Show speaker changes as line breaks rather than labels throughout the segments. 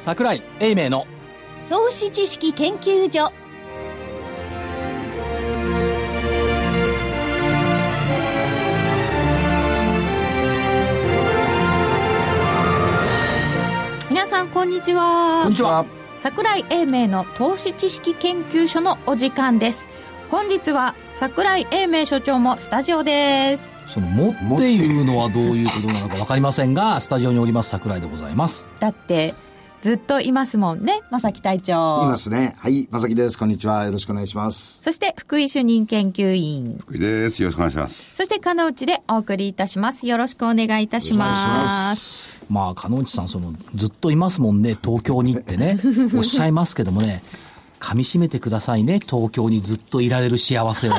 桜井英明の
投資知識研究所皆さんこんにちは
こんにちは
桜井英明の投資知識研究所のお時間です本日は桜井英明所長もスタジオです
その「も」っていうのはどういうことなのか分かりませ んがスタジオにおります桜井でございます
だってずっといますもんね正木隊長
いますね。はい、まさきです。こんにちは。よろしくお願いします。
そして福井主任研究員
福井です。よろしくお願いします。
そして、かのうちでお送りいたします。よろしくお願いいたします。
まあ鹿之内さんそのずっといますもんね東京にっ てねおっしゃいますけどもね噛み締めてくださいね東京にずっといられる幸せを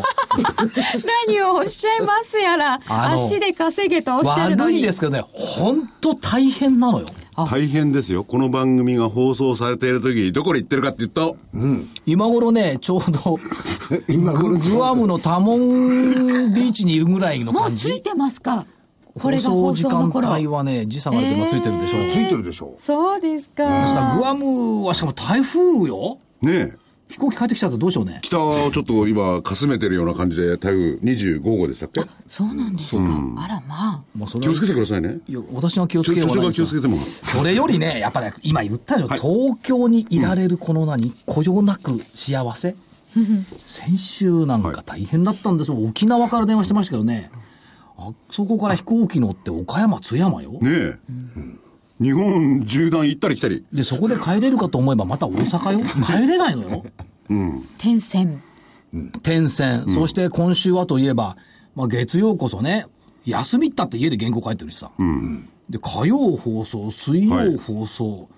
何をおっしゃいますやら、
あの
足で稼げと おっしゃるの
悪い
に。
ですけどね本当大変なのよ
大変ですよ。この番組が放送されている時、どこに行ってるかって言うと、
今頃ねちょう ど
今頃
グアムのタモンビーチにいるぐらいの
もう
感
つい
じ
てますかこれが
放送
放
時
送
間
の頃。
帯はね時差があると今ついてるでしょう、
ついてるでしょ。
そうです
そしたら
か。
グアムはしかも台風よ
ねえ、
飛行機帰ってきちゃうとどうしようね
北をちょっと今、かすめてるような感じで、台風25号でしたっけ
そうなんですか。あらまあ。
もうそ
気
れ
を
は
つけてくださいね。
いや私が気をつ
ちょ
けよ
所
うがない
長が
で
気
す
を
よ
つけても。
それよりね、やっぱり今言ったでしょ、東京にいられるこの何、こよなく幸 せ。先週なんか大変だったんですよ、沖縄から電話してましたけどね、あそこから飛行機乗って岡山、津山よ。
ねえ、日本縦断行ったり来たり。
で、そこで帰れるかと思えば、また大阪よ。帰れないのよ。
天線。
転戦。そして今週はといえば、まあ、月曜こそね、休みったって家で原稿書いてるしさ。で、火曜放送、水
は
曜
い
放送、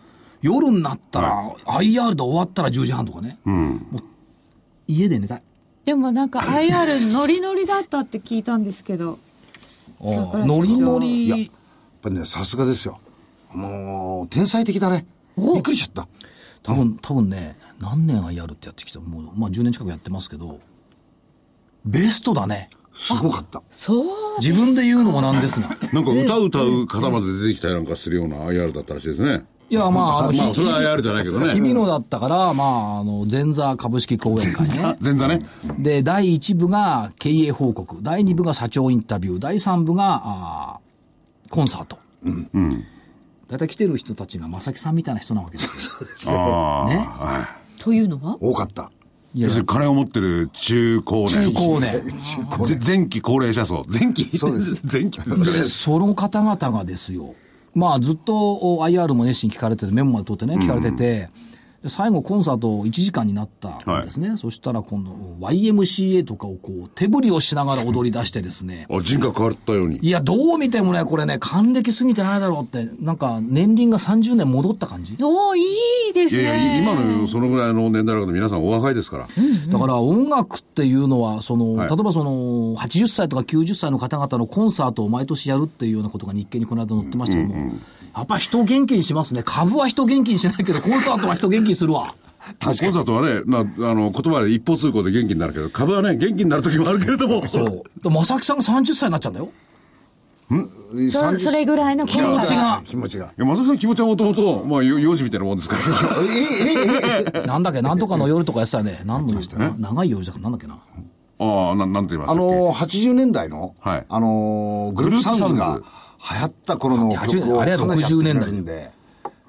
夜になったら、IR で終わったら10時半とかね。
うん。
家で寝たい。
でもなんか IR ノリノリだったって聞いたんですけど
ああ
桜井
ノリノ
いや、
リ
やっ。ぱりね、さすがですよ。もう、天才的だね。びっくりしちゃった。
多分、多分ね、何年 IR ってやってきたもう、まあ10年近くやってますけど、ベストだね。
すごかった。
そう
自分で言うのもなんですが。
なんか歌歌う方まで出てきたりなんかするような IR だったらしいですね。
いや、まあ、あの、
まあ、それは IR じゃないけど
日々
ね。
のだったから、まあ、あの、前座株式講演会ね。
前座ね。
で、第1部が経営報告、第2部が社長インタビュー、第3部が、あーコンサート。大体来てる人たちが正木さんみたいな人なわけですよ。
ああ、
ね
はい。
というのは
多かった。
い
要
や
するに金を持ってる中高年。
中高年。
ぜ前期高齢者層。前期
そうです
前期
でその方々がですよ、まあ、ずっとお IR も熱心に聞かれてて、メモまで取ってね、聞かれてて、で最後、コンサート1時間になったんですね、そしたら今度、YMCA とかをこう手振りをしながら踊り出してですね、
あ、人格変わったように。
いや、どう見てもね、これね、還暦過ぎてないだろうって、なんか、年輪が30年戻った感じ。
おーいいです
い
ね
やいや、今のそのぐらいの年代の方、皆さんお若いですから。
だから、音楽っていうのは、その、
はい
例えばその、80歳とか90歳の方々のコンサートを毎年やるっていうようなことが日経にこの間載ってましたけども、やっぱ人を元気にしますね。株は人元気にしないけど、コンサートは人元気にするわ。
コンサートはね、なあの、言葉で一方通行で元気になるけど、株はね、元気になる時もあるけれども。
そう。で正木さんが30歳になっちゃうんだよ。
そ
30
それぐらいの
気持
頃
ちが。
気持ちが。
いや、まささん気持ちはもともと、まあ、よ幼児みたいなもんですから。
ええええええ
なんだっけ、なんとかの夜とかやってたよね。何の夜な長い夜じゃなくてなんだっけな。
ああ、ななんて言いま
あ
すか。
のー、80年代の、
はい
あのー、グループサウンズ
グルー
が
プ
流行った頃の
80
曲を
あれは
かなりやってくれるんで。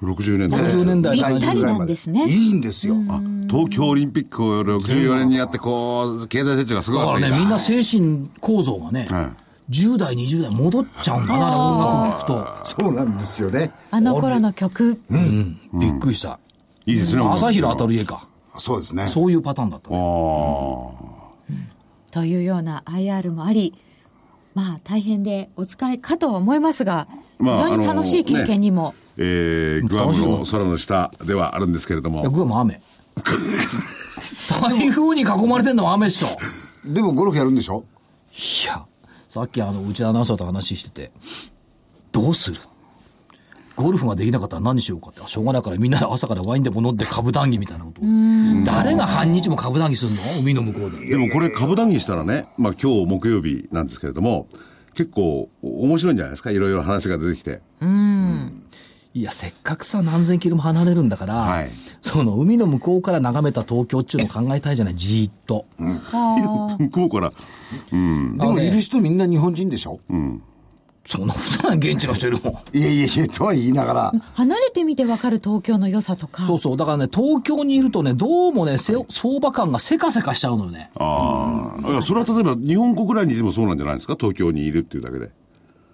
60年代。
60年代
ぴ
70
ったり
代
なんですね
いいんですよ。
あ東京オリンピックを64年にやって、こう、経済成長がすご
だ
か
か
った
らね、
時
みんな精神構造がね、
は
10代、20代戻っちゃうんだな、音楽聴
そうなんですよね。
あの頃の曲
くと。びっくりした。
いいですね。
朝日の
あ
当たる家か。
そうですね。
そういうパターンだったね。
あ
というような IR もありまあ大変でお疲れかとは思いますが非
まあ
常に楽しい経験にも、
ー。えー、グアムの空の下ではあるんですけれど
いや、
も。
グアム 雨。台風に囲まれてんのも雨っしょ。
でもゴルフやるんでしょ
いや、さっきあの、うちのアナウンサーと話してて、どうするゴルフができなかったら何しようかって、あしょうがないからみんなで朝からワインでも飲んで株談義みたいなこと。誰が半日も株談義するの海の向こうで。
でもこれ株談義したらね、まあ今日木曜日なんですけれども、結構お面白いんじゃないですかいろいろ話が出てきて。
いや、せっかくさ、何千キロも離れるんだから、
はい
その海の向こうから眺めた東京っていうのを考えたいじゃない、じーっと。
あ
向こうから。うん。
でもいる人みんな日本人でしょ
そんなことない、現地の人いるもん。
いやいやいや、とは言いながら
ー、離れてみてわかる東京の良さとか
そうそう。だからね、東京にいるとね、どうもね、せ相場感がせかせかしちゃうのよね。
ああ。だからそれは例えば日本国内にいてもそうなんじゃないですか東京にいるっていうだけで。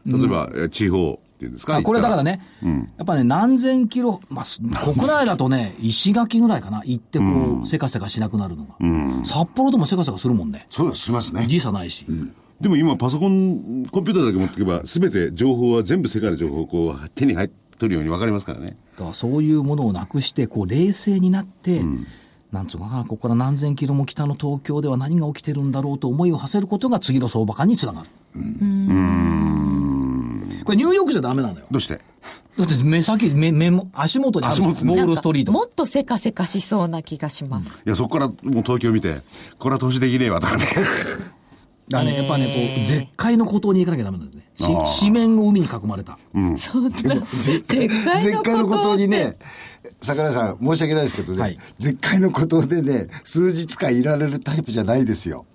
例えば、え地方っていうんですか
あこれだから。ね、
ん
やっぱね、何千キロ、まあ、す国内だとね、石垣ぐらいかな、行ってこう、せかせかしなくなるのが。札幌でもせかせかするもんね。
そうしますね。
時差ないし。
でも今パソコン、コンピューターだけ持っていけば、すべて情報は全部世界の情報をこう手に入っ取るように分かりますからね。
だからそういうものをなくして、こう、冷静になって、なんつうのかな、ここから何千キロも北の東京では何が起きてるんだろうと思いを馳せることが次の相場感につながる。これニューヨークじゃダメなのよ。
どうして
だって目先、目、目も、足元にあるじゃん
足元に
ウォー
なんか
ルストリート。
もっとせかせかしそうな気がします、
いや、そこからもう東京見て、これは投資できねえわ とかね。
だからね、やっぱね、こう、絶海の孤島に行かなきゃダメなんだよね。し紙面を海に囲まれた。
そうだ 絶対
絶海の
こ
ことと
を
にね、桜井さん、申し訳ないですけどね、
はい
絶海のことでね、数日間いられるタイプじゃないですよ。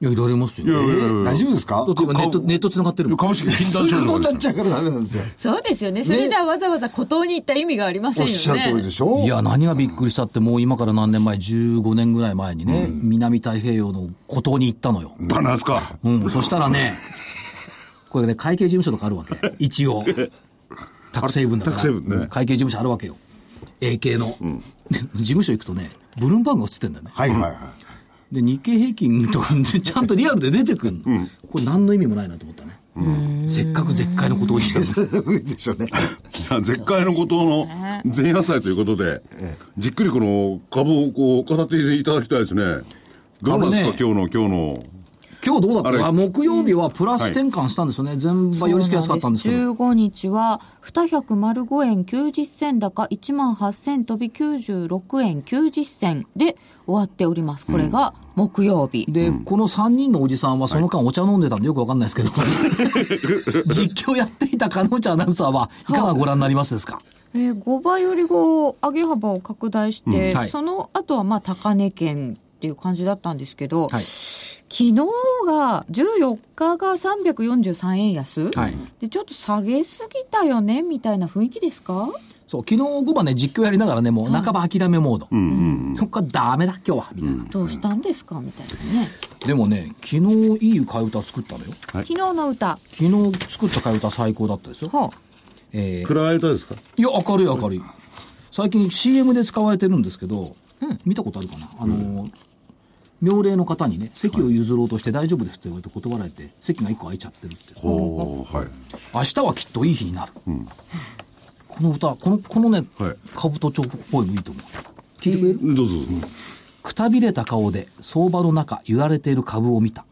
いや、いられますよ。
いやいや
え大丈夫ですか
だって今ネット、
顔
ネット繋がってるもん。
株式禁
そう
断
いう
症
ことになっ
状ですよ
ちゃうからダメなんですよ。
そうですよねそれじゃあわざわざ孤島に行った意味がありません
おっ
よ
しゃる通り
ね
でしょ
いや、何がびっくりしたって、もう今から何年前、15年ぐらい前にね、南太平洋の孤島に行ったのよ。
バナースか。
うん、そしたらね、これね、会計事務所とかあるわけ。一応。タク成分だから。
タクセイブン
う
ね
ん会計事務所あるわけよ。A 系の。事務所行くとね、ブルームバーグが映ってんだよね。
はいはいはい。
で、日経平均とか、ちゃんとリアルで出てくるの。これ何の意味もないなと思ったね。せっかく絶海のことをしてる。
無理でしょうね。
いや 絶海のことの前夜祭ということで、じっくりこの株をこう語っていただきたいですね。どうなんですか、
株
今日の、今日の。
今日どうだっ
あれ
たあ木曜日はプラス転換したんですよね。全場よりつけやすかったんですけど。
15日は205円90銭高1万8000飛び96円90銭で終わっておりますこれが木曜日、
で、この3人のおじさんはその間お茶飲んでたんでよくわかんないですけど、 実況やっていた鹿野内アナウンサーはいかがご覧になりますですか
えー、5倍より後上げ幅を拡大して、
うんはい
その後はまあ高値圏っていう感じだったんですけど、
はい。
昨日が14日が343円安、
はい
でちょっと下げすぎたよねみたいな雰囲気ですか
そう、昨日午後ね、実況やりながらね、もう半ば諦めモード。そっからダメだ、今日は、みたいな。
どうしたんですかみたいなね、
でもね、昨日いい替え歌作ったのよ。
はい
昨日の歌
昨日作った替え歌最高だったですよ。
ほ
えー
暗い歌ですか
いや、明るい明るい。最近 CM で使われてるんですけど、見たことあるかなあのー、妙齢の方にね、席を譲ろうとして大丈夫ですって言われて断られて、席が1個空いちゃってるって。
ほう、はい。
明日はきっといい日になる。この歌、この、このね、
はい
兜町っぽいのいいと思う。聞いてくれる、
どうぞどうぞ。
くたびれた顔で相場の中揺られている株を見た、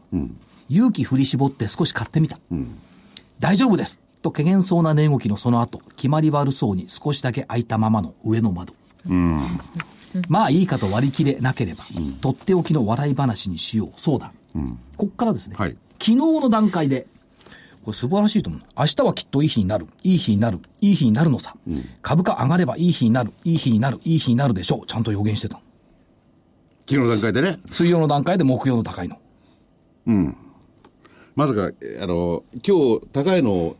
勇気振り絞って少し買ってみた、大丈夫ですと怪げそうな値動きのその後決まり悪そうに少しだけ開いたままの上の窓、まあいいかと割り切れなければ、とっておきの笑い話にしようそうだ、こっからですね、
はい
昨日の段階でこれ素晴らしいと思う。明日はきっといい日になる。いい日になる。いい日になるのさ。株価上がればいい日になる。いい日になる。いい日になるでしょう。ちゃんと予言してたの。
昨日の段階でね、
水曜の段階で木曜の高いの。
まさか、えあの、今日、高いの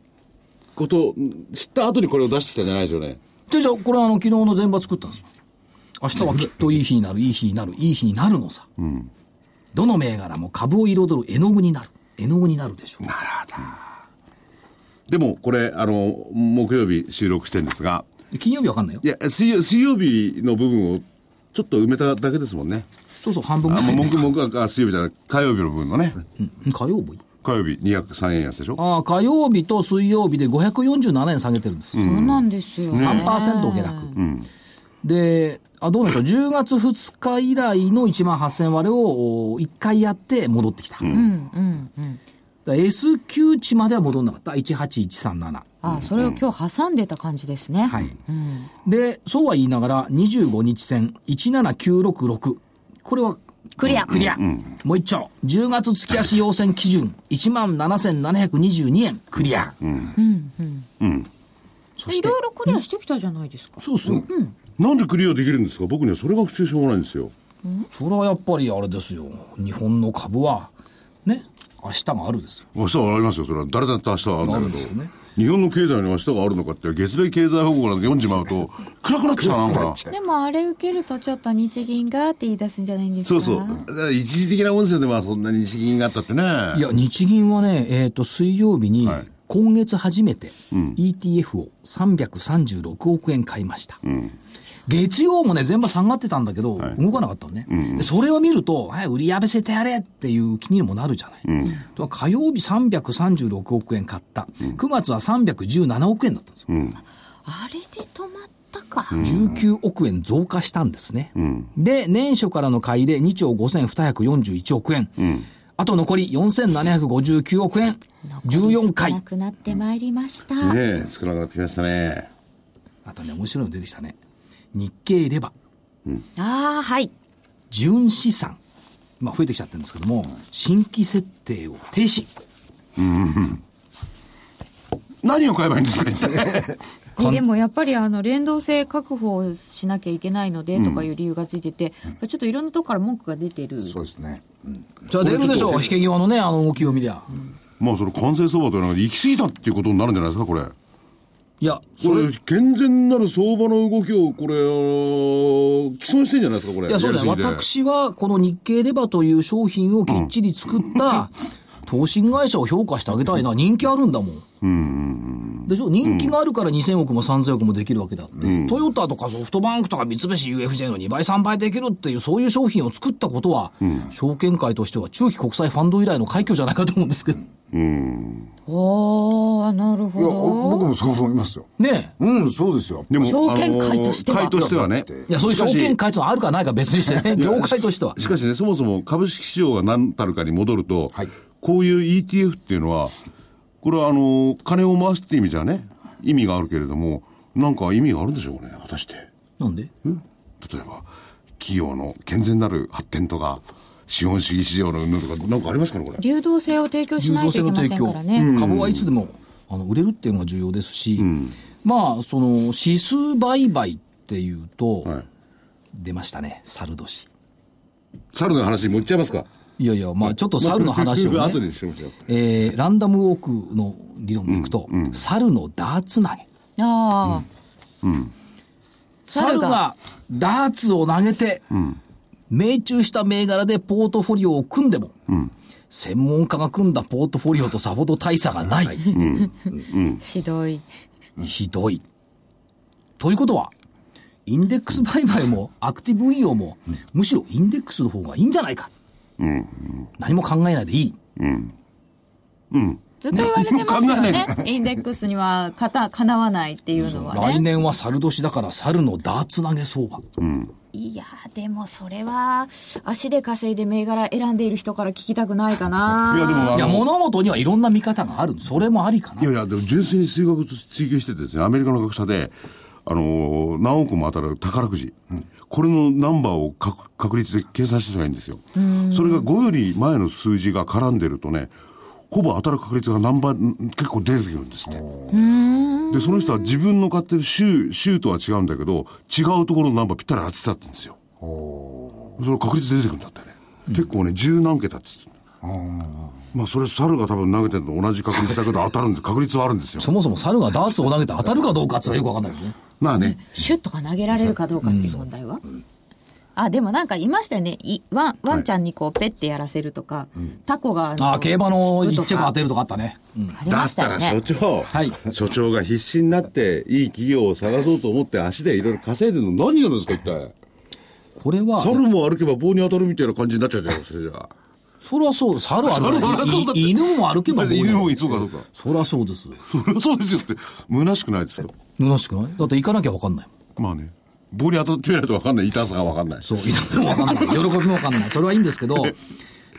ことを知った後にこれを出してきたんじゃないですよね。
じゃあじゃあこれはあの、昨日の前場作ったんですよ。明日はきっといい日になる、いい日になる、いい日になるのさ。どの銘柄も株を彩る絵の具になる。絵の具になるでしょう。
でも、これ、あの、木曜日収録してるんですが、
金曜日わかんないよ
い。や、水曜水曜日の部分をちょっと埋めただけですもんね。
そうそう、半分ぐ
あ、
らい。
もう木、木、あ、水曜日じゃない、火曜日の部分のね。
うん火曜日
火曜日203円安でしょ
ああ、火曜日と水曜日で547円下げてるんですよ。
そうなんですよ、ね、
3%下落。で、あどうなんでしょう、10月2日以来の1万8000割れを1回やって戻ってきた。だから S q 値までは戻んなかった。18137。
あそれを今日挟んでた感じですね、
はい。で、そうは言いながら、25日線17966。これは、
クリア
クリア。もう一丁。10月月足要線基準、1万7722円、クリア。うん。そ
いろいろクリアしてきたじゃないですか。
そうそう、
なんでクリアできるんですか僕にはそれが普通しょうがないんですよ。
それはやっぱりあれですよ日本の株はね明日があるですよ
明日はありますよ。それは誰だって明日はあるんだ
あ
け
る
ど。
んですよね
日本の経済に明日があるのかって、月例経済報告なんて読んじまうと、暗くなっちゃうな、なんか。
ちゃう
でもあれ受けるとちょっと日銀がって言い出すんじゃないんです
そう
か
そう。だから一時的なもんですよね、まあそんなに日銀があったってね。
いや日銀はねえっ、と水曜日に
はい
今月初めて ETF を336億円買いました、月曜もね、全場下がってたんだけど、動かなかったのね、でそれを見ると、はい、売りやめせてやれっていう気にもなるじゃない。と火曜日336億円買った、9月は317億円だったんですよ。
あれで止まったか。
19億円増加したんですね。で、年初からの買いで2兆5241億円。あと残り4759億円。14
な
回。
くなってまいりました、
ねえ、少なくなってきましたね。
あとね、面白いの出てきたね。日経レバ、
ああ、はい。
純資産。まあ増えてきちゃってるんですけども、新規設定を停止。
何を買えばいいんですか、一体。
ねでもやっぱりあの連動性確保をしなきゃいけないのでとかいう理由がついてて、ちょっといろんなとこから文句が出てる。
そうですね。
じゃあ出るでしょう、引け際のね、あの動きを見りゃ。
まあ、それ完成相場というのは行き過ぎたっていうことになるんじゃないですか、これ。
いや、
これ、健全なる相場の動きを、これ、あの既存してんじゃないですか、これ。
いや、そうだよ。
やりすぎて。
私は、この日経レバという商品をきっちり作った、投信会社を評価してあげたいな。人気あるんだもん。でしょ人気があるから2000億も3000億もできるわけだって。トヨタとかソフトバンクとか三菱 UFJ の2倍3倍できるっていう、そういう商品を作ったことは、証券界としては中期国際ファンド以来の快挙じゃないかと思うんですけど。
ああ、なる
い
ほ
や、
ど。
お僕もそう思いますよ。
ねえ。
うん、そうですよ。
でも
証券界としては
あの会としてはね。
いや、そういう
しか
証
し
券会というのはあるかないか別にしてね。業界としては。
しかしね、そもそも株式市場が何たるかに戻ると、
はい
こういう ETF っていうのは、これはあの、金を回すって意味じゃね、意味があるけれども、なんか意味があるんでしょうね、果たして。
なんで
例えば、企業の健全なる発展とか、資本主義市場の云々とか、なんかありますから、これ。
流動性を提供しないといけませんからね。
うん株はいつでもあの売れるっていうのが重要ですし、まあその指数売買っていうと、
はい。
出ましたね猿年
猿の話、もういっちゃいますか。
いやいやまあちょっと猿の話を、
まあ
ね
後でしましょう。
えーランダムウォークの理論でいくと、猿のダーツ投げ
ああ、
猿がダーツを投げて、命中した銘柄でポートフォリオを組んでも、専門家が組んだポートフォリオとさほど大差がない、
ひどい。
ひどい。ということは、インデックス売買もアクティブ運用も、むしろインデックスの方がいいんじゃないか。何も考えないでいい。
ずっと言われてますよね
考。
インデックスにはかたかなわないっていうのは
来
ね。
年は猿年だから猿のダーツ投げ相場。
いやー、でもそれは、足で稼いで銘柄選んでいる人から聞きたくないかな。
いや、でも、あの
いや、物事にはいろんな見方がある。それもありかない
や。いや、でも純粋に数学と追求しててですね、アメリカの学者で、あのー何億も当たる宝くじ、これのナンバーを確確率で計算してたらいいんですよ。それが5より前の数字が絡んでるとね、ほぼ当たる確率が何倍、ん結構出てくるんですって。で、その人は自分の買ってる州、州とは違うんだけど、違うところのナンバーぴったり当てたって言うんですよ。それ確率で出てくるんだってね。結構ね、十何桁って言ってまあそれ猿が多分投げてるのと同じ確率だけど当たるんで、確率はあるんですよ。
そもそも猿がダーツを投げて当たるかどうかってのはよくわかんないよね。
まあね。
シュッとか投げられるかどうかっていう問題は、あでもなんかいましたよねいワンワンちゃんにこうペッてやらせるとか、タコがの
ああ、競馬の一着当て
る
るとかあったね。うん
ありましたよね
長、
はい
所長が必死になって、いい企業を探そうと思って足でいろいろ稼いでるの何なんですか、一体。
これは、
猿も歩けば棒に当たるみたいな感じになっちゃうじゃないですか、それ じゃあ。
それはそう、猿は
猿はそうだって
いい犬も歩けば
犬もいいそうか、そうか。
そりゃそうです。
それはそうですよって、虚しくないですよ。
虚しくないだって行かなきゃわかんないもん。
まあね。棒に当たってみないと分かんない、痛さが分かんない。
そう、痛みもわかん ない。喜びもわかんない。それはいいんですけど、だか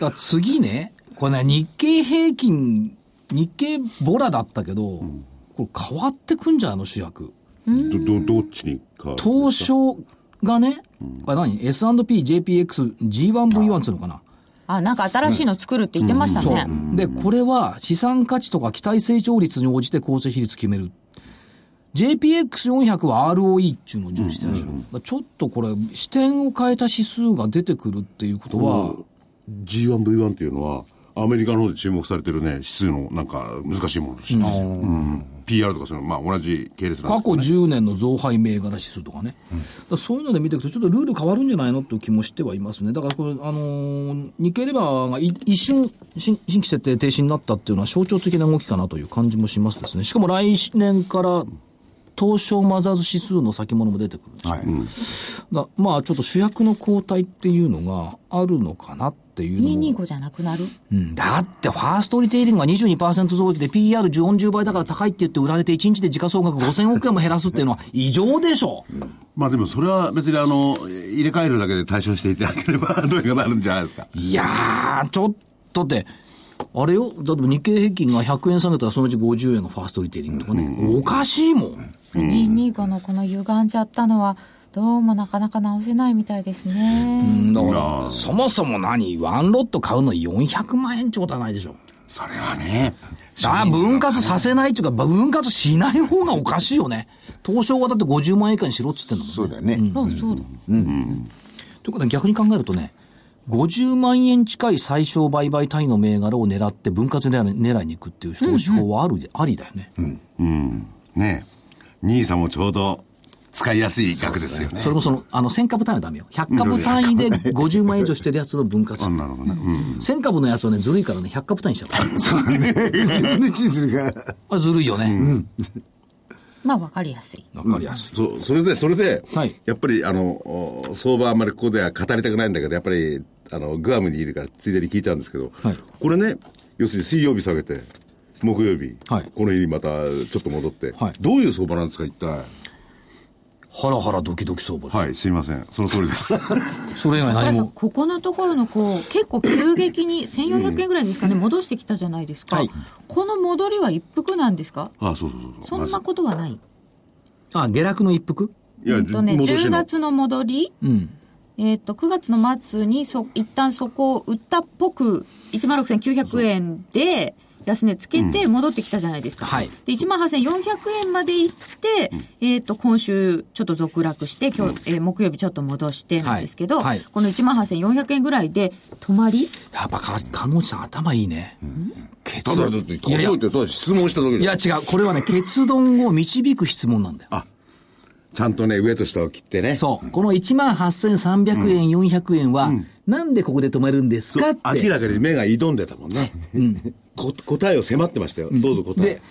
ら次ね、これね、日経平均、日経ボラだったけど、これ変わってくんじゃないの、主役。
ど、ど、どっちにか。
東証がね、これ何 ?S&P、JPX、G1V1 つうのかな
あなんか新しいの作るって言ってました
そう
ね、。
で、これは資産価値とか期待成長率に応じて構成比率決める。 JPX400 は ROE っていうのを重視してたでしょ、ちょっとこれ、視点を変えた指数が出てくるっていうことは、
G1V1 っていうのは、アメリカの方で注目されてるね、指数のなんか難しいものらしいんですよ。うん、PR とかそういうの、まあ同じ系列なんで
過
す
去
けど、ね。
10年の増配銘柄指数とかね、だからそういうので見ていくと、ちょっとルール変わるんじゃないのという気もしてはいますね、だからこれ、あのー日経レバーがい一瞬新、新規設定停止になったっていうのは、象徴的な動きかなという感じもしますですね、しかも来年から東証マザーズ指数の先物も出てくるんですよ
はい。
だまあちょっと主役の交代っていうのがあるのかなっていうのも、
225じゃなくなる
うん、だってファーストリテイリングが22%増益で PR40 倍だから高いって言って売られて1日で時価総額5000億円も減らすっていうのは異常でしょ
まあでもそれは別にあの、入れ替えるだけで対処していただければ どうにかなるんじゃないですか。
いやーちょっとってあれよだって日経平均が100円下げたらそのうち50円がファーストリテイリングとかね、おかしいもん
225のこの歪んじゃったのはどうもなかなか直せないみたいですね、
だからそもそも何ワンロット買うのに400万円ちょうだないでしょ
それはね。
あ分割させないっていうか、ば分割しない方がおかしいよね。東証はだって50万円以下にしろっつってんだもん。
そうだよね。
あそう
とい
だ
うことは逆に考えるとね、50万円近い最小売買単位の銘柄を狙って分割狙い狙いに行くっていう投資法はあるで、ありだよね。
うん。ねえ。兄さんもちょうど使いやすい額ですよね。
それもその、あの、1000株単位はダメよ。100株単位で50万円以上してるやつの分割。
あなるほどね。うん。
1000株のやつはね、ずるいからね、100株単位にしちゃう。
そうね。 自分で地にするから。
あれずるいよね。
まあ分かりやすい
わかりやすい。
そう、それで、それで、
はい
やっぱり、あの、お相場あんまりここでは語りたくないんだけど、やっぱり、あの、グアムにいるから、ついでに聞いたんですけど、
はい
これね、要するに水曜日下げて、木曜日、
はい
この日にまたちょっと戻って、
はい
どういう相場なんですか、一体。
ハラハラドキドキ相場です。
はい、すいません。その通り です。
それ以外
これ
何
さ
も。
ここのところのこう結構急激に1400円ぐらいですかね、戻してきたじゃないですか、
はい
この戻りは一服なんですか
あそうそうそうそう。
そん
まず
なことはない、
あ、下落の一服
いや、
えっとね、
戻し
10
の。
月の戻り、
うん。
えっと9月の末にそ一旦そこを売ったっぽく16900円で安値つけて戻ってきたじゃないですか、
はい
で18400円まで行って、えっと今週ちょっと続落して今日、えー木曜日ちょっと戻してなんですけど、
はいはい
この18400円ぐらいで止まり
やっぱか、鹿野内さん頭いいね。結
ただ、だって、
いやいや、
考えてただ質問しただけ
い
で
や違う。これはね、結論を導く質問なんだよ。
ちゃんとね、上と下を切ってね。
そう。この18,300円、400円は、なんでここで止まるんですか
そ
っ
う
て。
明らかに目が挑んでたもんね。こ答えを迫ってましたよ。どうぞ答え
で。、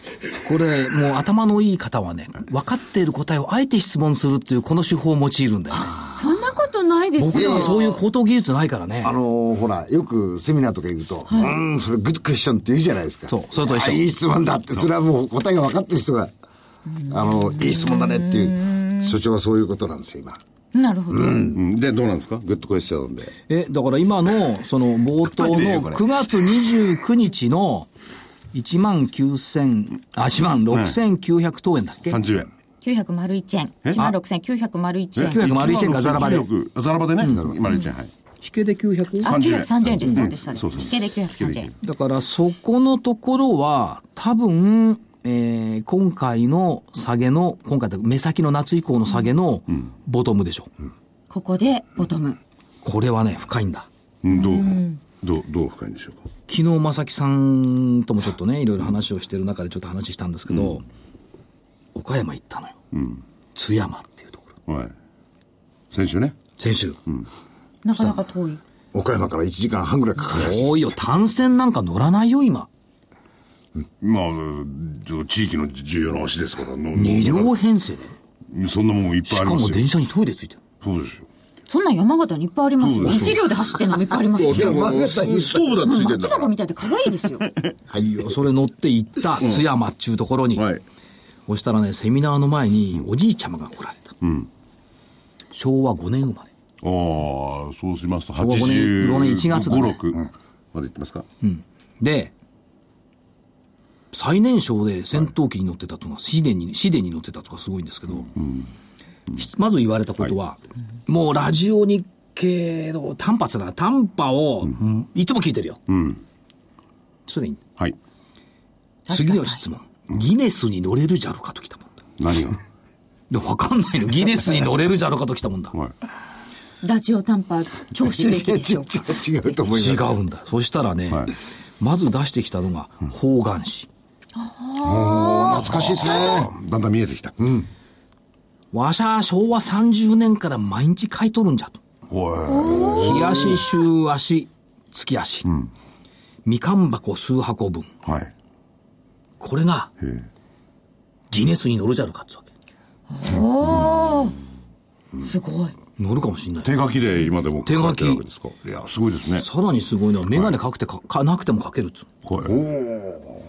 これ、もう頭のいい方はね、分かっている答えをあえて質問するっていう、この手法を用いるんだよね。
そんなことないですよ
僕らはそういう高等技術ないからね
あ。のーほら、よくセミナーとか行くと、うーん、それグッドクッションって言うじゃないですか。
そうそれと一緒
あいい質問だって、それはもう答えが分かってる人が、あの、いい質問だねっていう、所長はそういうことなんですよ、今。
なるほど、
うんで、どうなんですかグッドクエスチョンで。
え、だから今の、その、冒頭
やっぱ
の
りねこれ
9月29日の、1万9000、あ、1万6900等円だっけ
30円。
901円1万6901円
900 901円がザラバで。
900ザラバでね。今の1円、はい。
引けで 900?
あ930円ですそ
うんそうう
うですそ
そう
です引けで930円
だからそこのところは、多分、えー今回の下げの、今回だ目先の夏以降の下げのボトムでしょ。
ここでボトム
これはね、深いんだ。
うんどう、どう、どう深いんでしょうか。
昨日、正木さんともちょっとね、いろいろ話をしてる中でちょっと話したんですけど、岡山行ったのよ。津山っていうところ。
はい。先週ね。
先週。
なかなか遠い
岡山から1時間半ぐらいかかるらしい
多いよ、単線なんか乗らないよ、今。
まあ、うん地域の重要な足ですから、の
二両編成で。
そんなもんいっぱい
し
あ
か
りま
も
すよ
電。車にトイレついてる。
そうですよ。
そんなん山形にいっぱいありますよ
そうです
一両で走ってんのもいっぱいありますよ
も
漫画さんに
ストーブだってついてん
松
だか
永
ら。
みたいで可愛いですよ
いやそれ乗って行った津山っちゅうところに、
はい
そしたらねセミナーの前におじいちゃまが来られた、昭和5年生まれ
ああ、そうしますと、
昭和五年
85
五年一月だね
6までいってますか
で最年少で戦闘機に乗ってたとかシデにシデに乗ってたとかすごいんですけど、ひまず言われたことは、もうラジオ日経の短波っつうのかな短波を、いつも聞いてるよ、それに
はい。
次の質問ギネスに乗れる JAL かときたもんだ
何が
で、わかんないの。ギネスに乗れるじゃろかと来たもんだ。
はい。
ラジオ短波聴取歴で しょうか。
違うと思います。
違うんだ。そしたらね、
はい
まず出してきたのが、方眼紙。
懐かしいですね。
だんだん見えてきた。うん。
わしゃ、昭和30年から毎日買い取るんじゃと。日足、週足、月足。みかん箱数箱分。
はい。
これが、
ええ
ギネスに乗るじゃろかっつうわけ。
すごい。
乗るかもしんない。
手書きで今でも
手書き
書いてるわけですか。いや、すごいですね。
さらにすごいのは、メガネかくてか、かなくてもかけるっつう。
はい。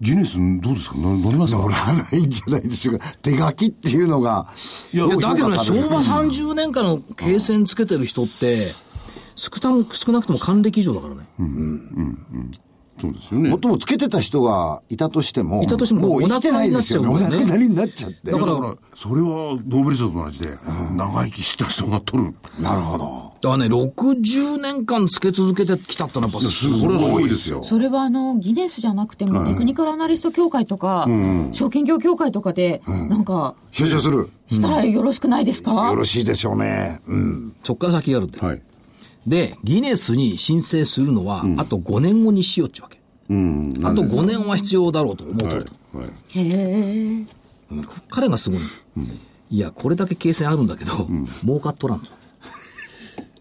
ギネスどうですか乗乗りますか
乗らないんじゃないでしょうか。手書きっていうのが。い
いや、だけどね、昭和30年からの経線つけてる人って、少なく少なくとも還暦以上だからね。
そうですよね。
最もつけてた人がいたとしても、
いたとしても
もう生きてないですよね。
お
お
亡
亡
く
く
な
なりになっちゃって。
だから
だから、それはノーベル賞と同じで、長生きした人が取る。
なるほど。
だからね、60年間つけ続けてきたってのはやっぱす
そ
ご
れ
い。
はすごいですよ。
それはあの、ギネスじゃなくても、テクニカルアナリスト協会とか、証券業協会とかで、なんか、
表彰する。
したらよろしくないですか
よろしいでしょうね。うん。
そっから先があるって。
はい。
で、ギネスに申請するのは、あと5年後にしようっちゅうわけ。
うん。
あと5年は必要だろうと思ってると。
はい。
へえ。
彼がすごいの、いや、これだけ経線あるんだけど、儲かっとらんぞ。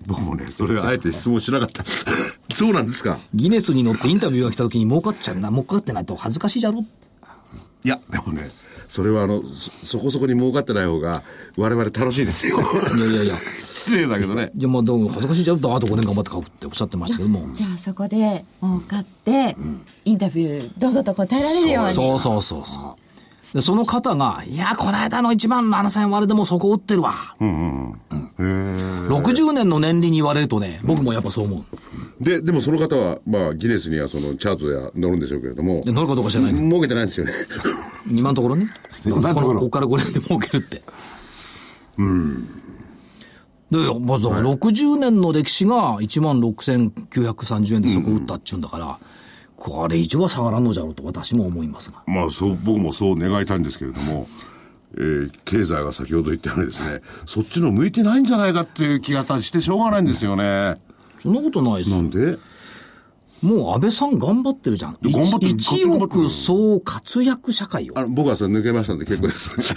僕もね、それあえて質問しなかった。 そうなんですか。
ギネスに乗ってインタビューが来た時に儲かっちゃうな、儲かってないと恥ずかしいじゃろ。
いや、でもね、それはあの、そそこそこに儲かってない方が、我々楽しいですよ。
いやいやいや。
失礼だけどね。
いや、まあ、でも恥ずかしいじゃん。あと5年頑張って書くっておっしゃってましたけども。
じゃあそこで、もう買って、インタビュー、どうぞと答えられるように。
そうそうそうそう。で、その方が、いや、この間の1万7000円割れでもそこ打ってるわ。60年の年利に言われるとね、僕もやっぱそう思う。
で、でもその方は、まあ、ギネスにはそのチャートでは乗るんでしょうけれども
で、、乗るかどうか知らないけど、
儲けてないんですよね。
今のところね。
今のところ
ここから5年で儲けるって。うん。で、まず、60年の歴史が1万6930円でそこ打ったっちゅうんだから、これ以上は下がらんのじゃろうと私も思いますが。
まあそう僕もそう願いたいんですけれども、えー経済が先ほど言ったようにですねそっちの向いてないんじゃないかっていう気がしてしょうがないんですよね
そんなことないですよ
なんで
もう安倍さん頑張ってるじゃん。
頑張ってる
一一億総活躍社会よ。
あの僕はそれ抜けましたんで結構です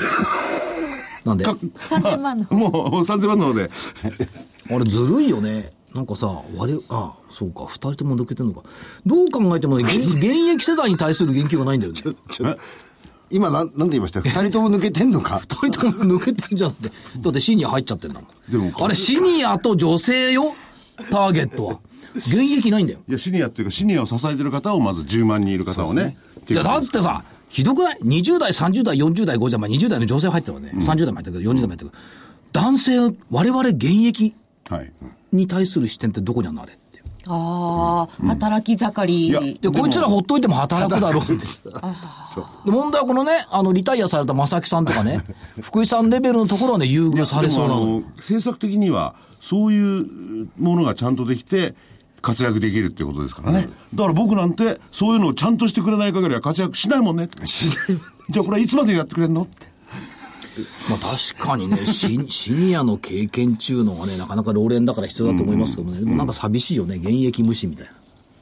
なんで、あ
3000万の。
もう3000万なので
れずるいよね。なんかさ、我々、あそうか、二人とも抜けてんのか。どう考えてもね、現現役世代に対する言及がないんだよね。二
ちょ今、なん、なんて言いました二人とも抜けてんのか。
人とも抜けてんじゃんって。だってシニア入っちゃってんだもん。
でも
あれ、シニアと女性よ、ターゲットは。現役ないんだよ。
いやシニアっていうかシニアを支えてる方をまず10万人いる方をね
いや、だってさ、ひどくない ?20 代、30代、40代、50代、まあ、20代の女性入ったわね。30代も入ったけど、40代も入ったけど、男性、我々現役
はい
に対する視点ってどこにあるのあれって。
ああ、働き盛
いや
り。
で、こいつらほっといても働くだろう って。で、問題はこのね、あの、リタイアされた正木さんとか ね、福井さんレベルのところはね、優遇されそうな
でも
の。
あの政策的にはそういうものがちゃんとできて活躍できるっていうことですからね、だから僕なんてそういうのをちゃんとしてくれない限りは活躍しないも んねじゃあこれいつまでやってくれんのって
まあ確かに ね、シシニアの経験中のはね、なかなか老練だから必要だと思いますけどね、でもなんか寂しいよね、現役無視みたいな。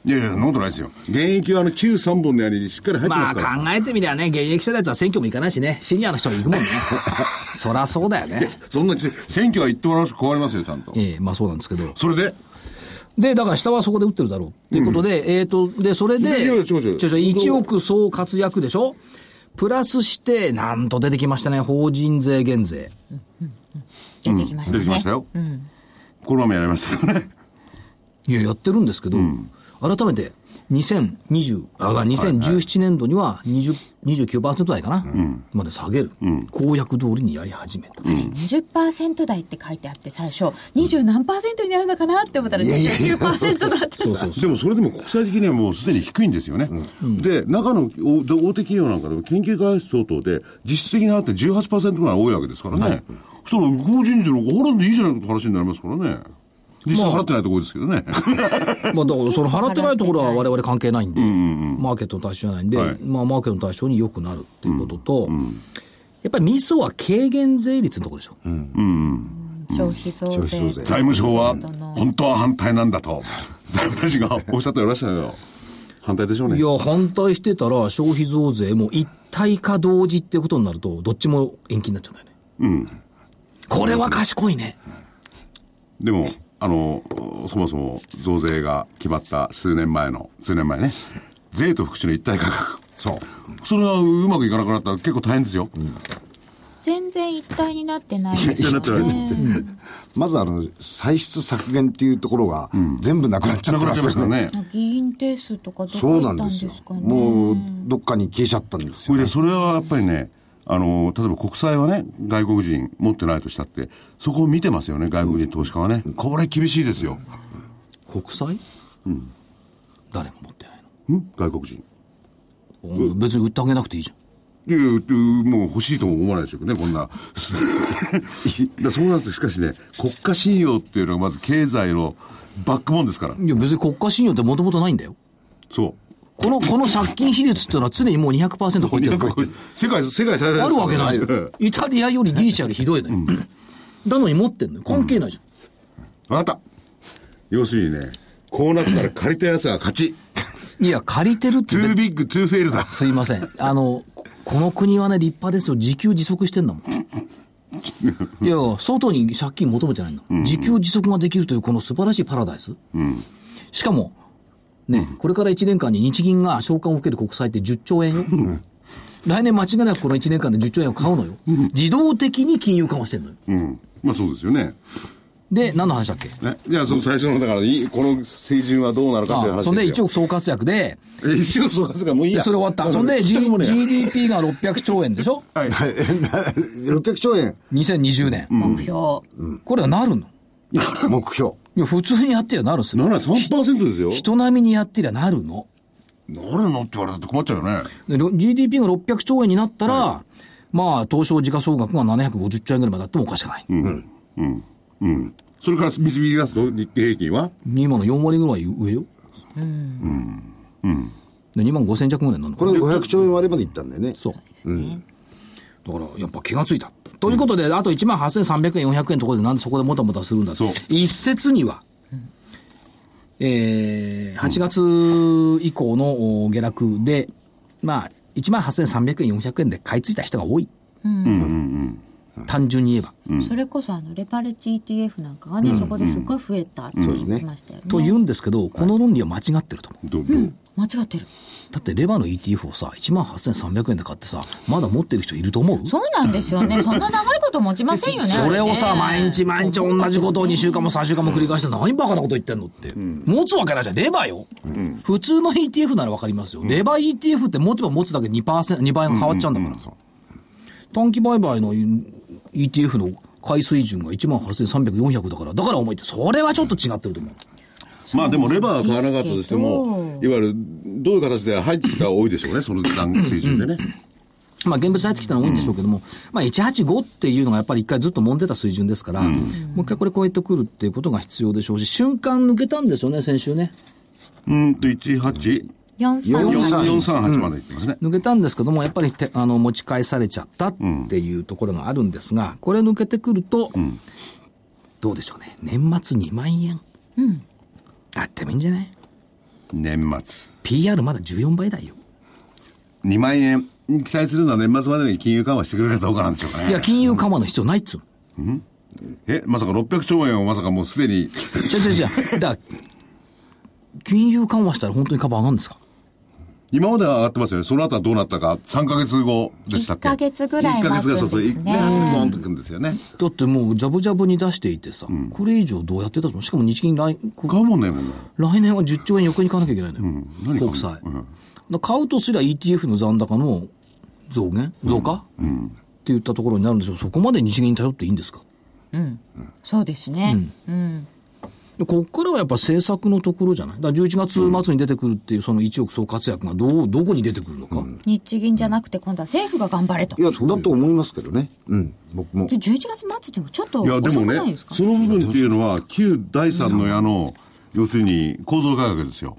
いやいやそんなことないですよ現役はあの旧3本のやりにしっかり入ってま
ますあ
から、
考えてみりゃね、現役世代とは選挙も行かないしね、シニアの人も行くもんね。 そらそうだよ ね。
そんなち選挙は行ってもらうし困りますよちゃんと
ええまあそうなんですけど。
それで
で、だから下はそこで打ってるだろう。っていうことで、えっ、と、で、それで、
いやいや違う違う
ちょちょ1億総活躍でしょプラスして、なんと出てきましたね、法人税減税。
出てきました
出てきました
ね。
よ、このままやりましたけどね
いや、やってるんですけど、改めて、2020、あ、2017年度には20 29%台かな、まで下げる、公約通りにやり始めた。
20%台って書いてあって最初、20何パーセントになるのかなって思ったら29%だった。
そうそう
でもそれでも国際的にはもうすでに低いんですよね、で中のお大手企業なんかでも研究開発等々で実質的なって18%ぐらい多いわけですからね、そしたら法人税の方が払んでいいじゃないかって話になりますからね実際払ってないところですけどね、
まあ、だからその払ってないところは我々関係ないんで、マーケットの対象じゃないんで、
はい
まあ、マーケットの対象によくなるっていうことと、やっぱりミソは軽減税率のところでしょ。
消費増
消費
税
増税。
財務省は本当は反対なんだと、財務大臣がおっしゃっておりましたよ。反対でしょうね。
いや、反対してたら消費増税も一体化同時ってことになると、どっちも延期になっちゃうんだよね。これは賢いね。
でも、あの、そもそも増税が決まった数年前の、数年前ね、税と福祉の一体価格。そう。それはうまくいかなくなったら結構大変ですよ。
全然一体になってない
一体になってない
まずあの、歳出削減っていうところが、全部なくなっちゃ
な
っ
く
てま
なっちゃい
す
ま
よ
したから
ね。
ね。
議員定数とかど
そ
こ行
うな
っ
ん
たん
で
ですす
よ。
かね
もう、どっかに消えちゃったんです
そ
よ
れ
ね。
で、それはやっぱりね、あの、例えば国債はね、外国人持ってないとしたって、そこを見てますよね、外国人投資家はね。これ厳しいですよ。
国債うん。誰も持ってない
ん外国人。
の。別に売ってあげなくていいじゃん。
いやいやもう欲しいとも思わないでしょうけどね、こ んな。だそうなると、しかしね、国家信用っていうのがまず経済のバックボーンですから。
いや、別に国家信用ってもともとないんだよ。
そう。
こ の、この借金比率っていうのは常にもう200%超えてる。
世界、世界最大です
あるわけないじゃ
わ
ん。イタリアよりギリシャよりひどいのよ。なのに持ってんのよ。関係ないじゃん。
かった。要するにね、こうなったら借りたやつが勝ち。
いや、借りてるって
ト
別
ゥー
に。
ビッグ、トゥーフェールだ。
すいません。あの、ここの国はね、立派ですよ。自給自足してんだもん。いや、外に借金求めてないんだ。自給自足ができるというこの素晴らしいパラダイス。しかも、ね、これから1年間に日銀が償還を受ける国債って10兆円よ。来年間違いなくこの1年間で10兆円を買うのよ。自動的に金融緩和してんのよ。
うん。まあそうですよね。
で、何の話だっけ
ね。じゃあ、その最初の、だから、いこの水準はどうなるかという話
あ
です
そ
よ。
んで1億総活躍で、
え一応そうですか、もういい
で
や。
それ終わった。そんで、G、
一人もね
GDP が600兆円でしょ
はい。
600兆円、
?2020 年。
目標、
これはなるの
目標。
いや、普通にやってりゃなるんですよ。
なら3%ですよ。
人並みにやってりゃなるの。
なるのって言われたって困っちゃうよね。
でろ GDP が600兆円になったら、まあ、東証時価総額が750兆円ぐらいまであってもおかしくない。
うん。それから導き出すと、日経平均は
今の4割ぐらい上よ。うん。で、2万5千弱ぐらいになるのか
こ
な
れ500兆円割れまでいったんだよね。
そう。だから、やっぱ気がついた。ということで、あと1万8300円、400円のところで、なんでそこでもたもたするんだ
そう
一説には、えー、8月以降のお下落で、まあ、1万8300円、400円で買い付いた人が多い。単純に言えば。
それこそあのレパレッジ ETF なんかがね、そこですごい増えたって
そうですね
言ってましたよね
と言うんですけど、この論理は間違ってると思う。
どう、どう
間違ってる
だって、レバーの ETF をさ、1万8300円で買ってさ、まだ持ってる人いると思う
そうなんですよねそんな長いこと持ちません よね
それをさ、
あ
毎
ね
日毎日同じことを2週間も3週間も繰り返して、何バカなこと言ってんのって。持つわけないじゃん。レバーよ。普通の ETF ならわかりますよ。レバー ETF って持てば持つだけ2%、2倍が変わっちゃうんだからさ。短期売買の ETF の買い水準が1万8300、400だから、だから重いって、それはちょっと違ってると思う。
まあでもレバーは買わなかったとしても、いわゆるどういう形で入ってきたら多いでしょうね、その段水準でね。
まあ、現物入ってきたのは多いんでしょうけども、まあ、185っていうのがやっぱり一回ずっと揉んでた水準ですから、もう一回これ超えてくるっていうことが必要でしょうし、瞬間抜けたんですよね、先週ね。
うんと、18、
438
438までいってますね。
抜けたんですけども、やっぱりてあの持ち返されちゃったっていうところがあるんですが、これ抜けてくると、どうでしょうね、年末2万円、あってもいいんじゃない
年末。
?PR まだ14倍台よ。
2万円に期待するのは年末までに金融緩和してくれるかどうかなんでしょうか
いや、
ね。
金融緩和の必要ないっつうの。
え、まさか600兆円をまさかもうすでに、
じゃじゃじゃだから金融緩和したら本当に株上がるんですか
今までは上がってますよね。その後はどうなったか、3ヶ月後でしたっけ
一ヶ月ぐらい
1ヶ
待
月
つん
ぐ
で
らい、
す
そ
ね
うそう。一回ボーンとくんですよね。
だってもう、ジャブジャブに出していてさ、これ以上どうやって出すのしかも日銀来、こ
買うもんね、もうね。
来年は10兆円横に行かなきゃいけないのよ、
何買うの
国債。
うん
だから買うとすりゃ ETF の残高の増減、増加、っていったところになるんでしょう、そこまで日銀に頼っていいんですか。
そうですね、
でここからはやっぱ政策のところじゃない、だから11月末に出てくるっていう、その1億総活躍がどうどこに出てくるのか、
日銀じゃなくて今度は政府が頑張れと
いや、そうだと思いますけどね。うん、僕 も
で。11月末っていうのはちょっと
いや、
遅
で
く
も
ない
ね
です、か
その部分っていうのは、旧第三の矢の、要するに構造改革ですよ。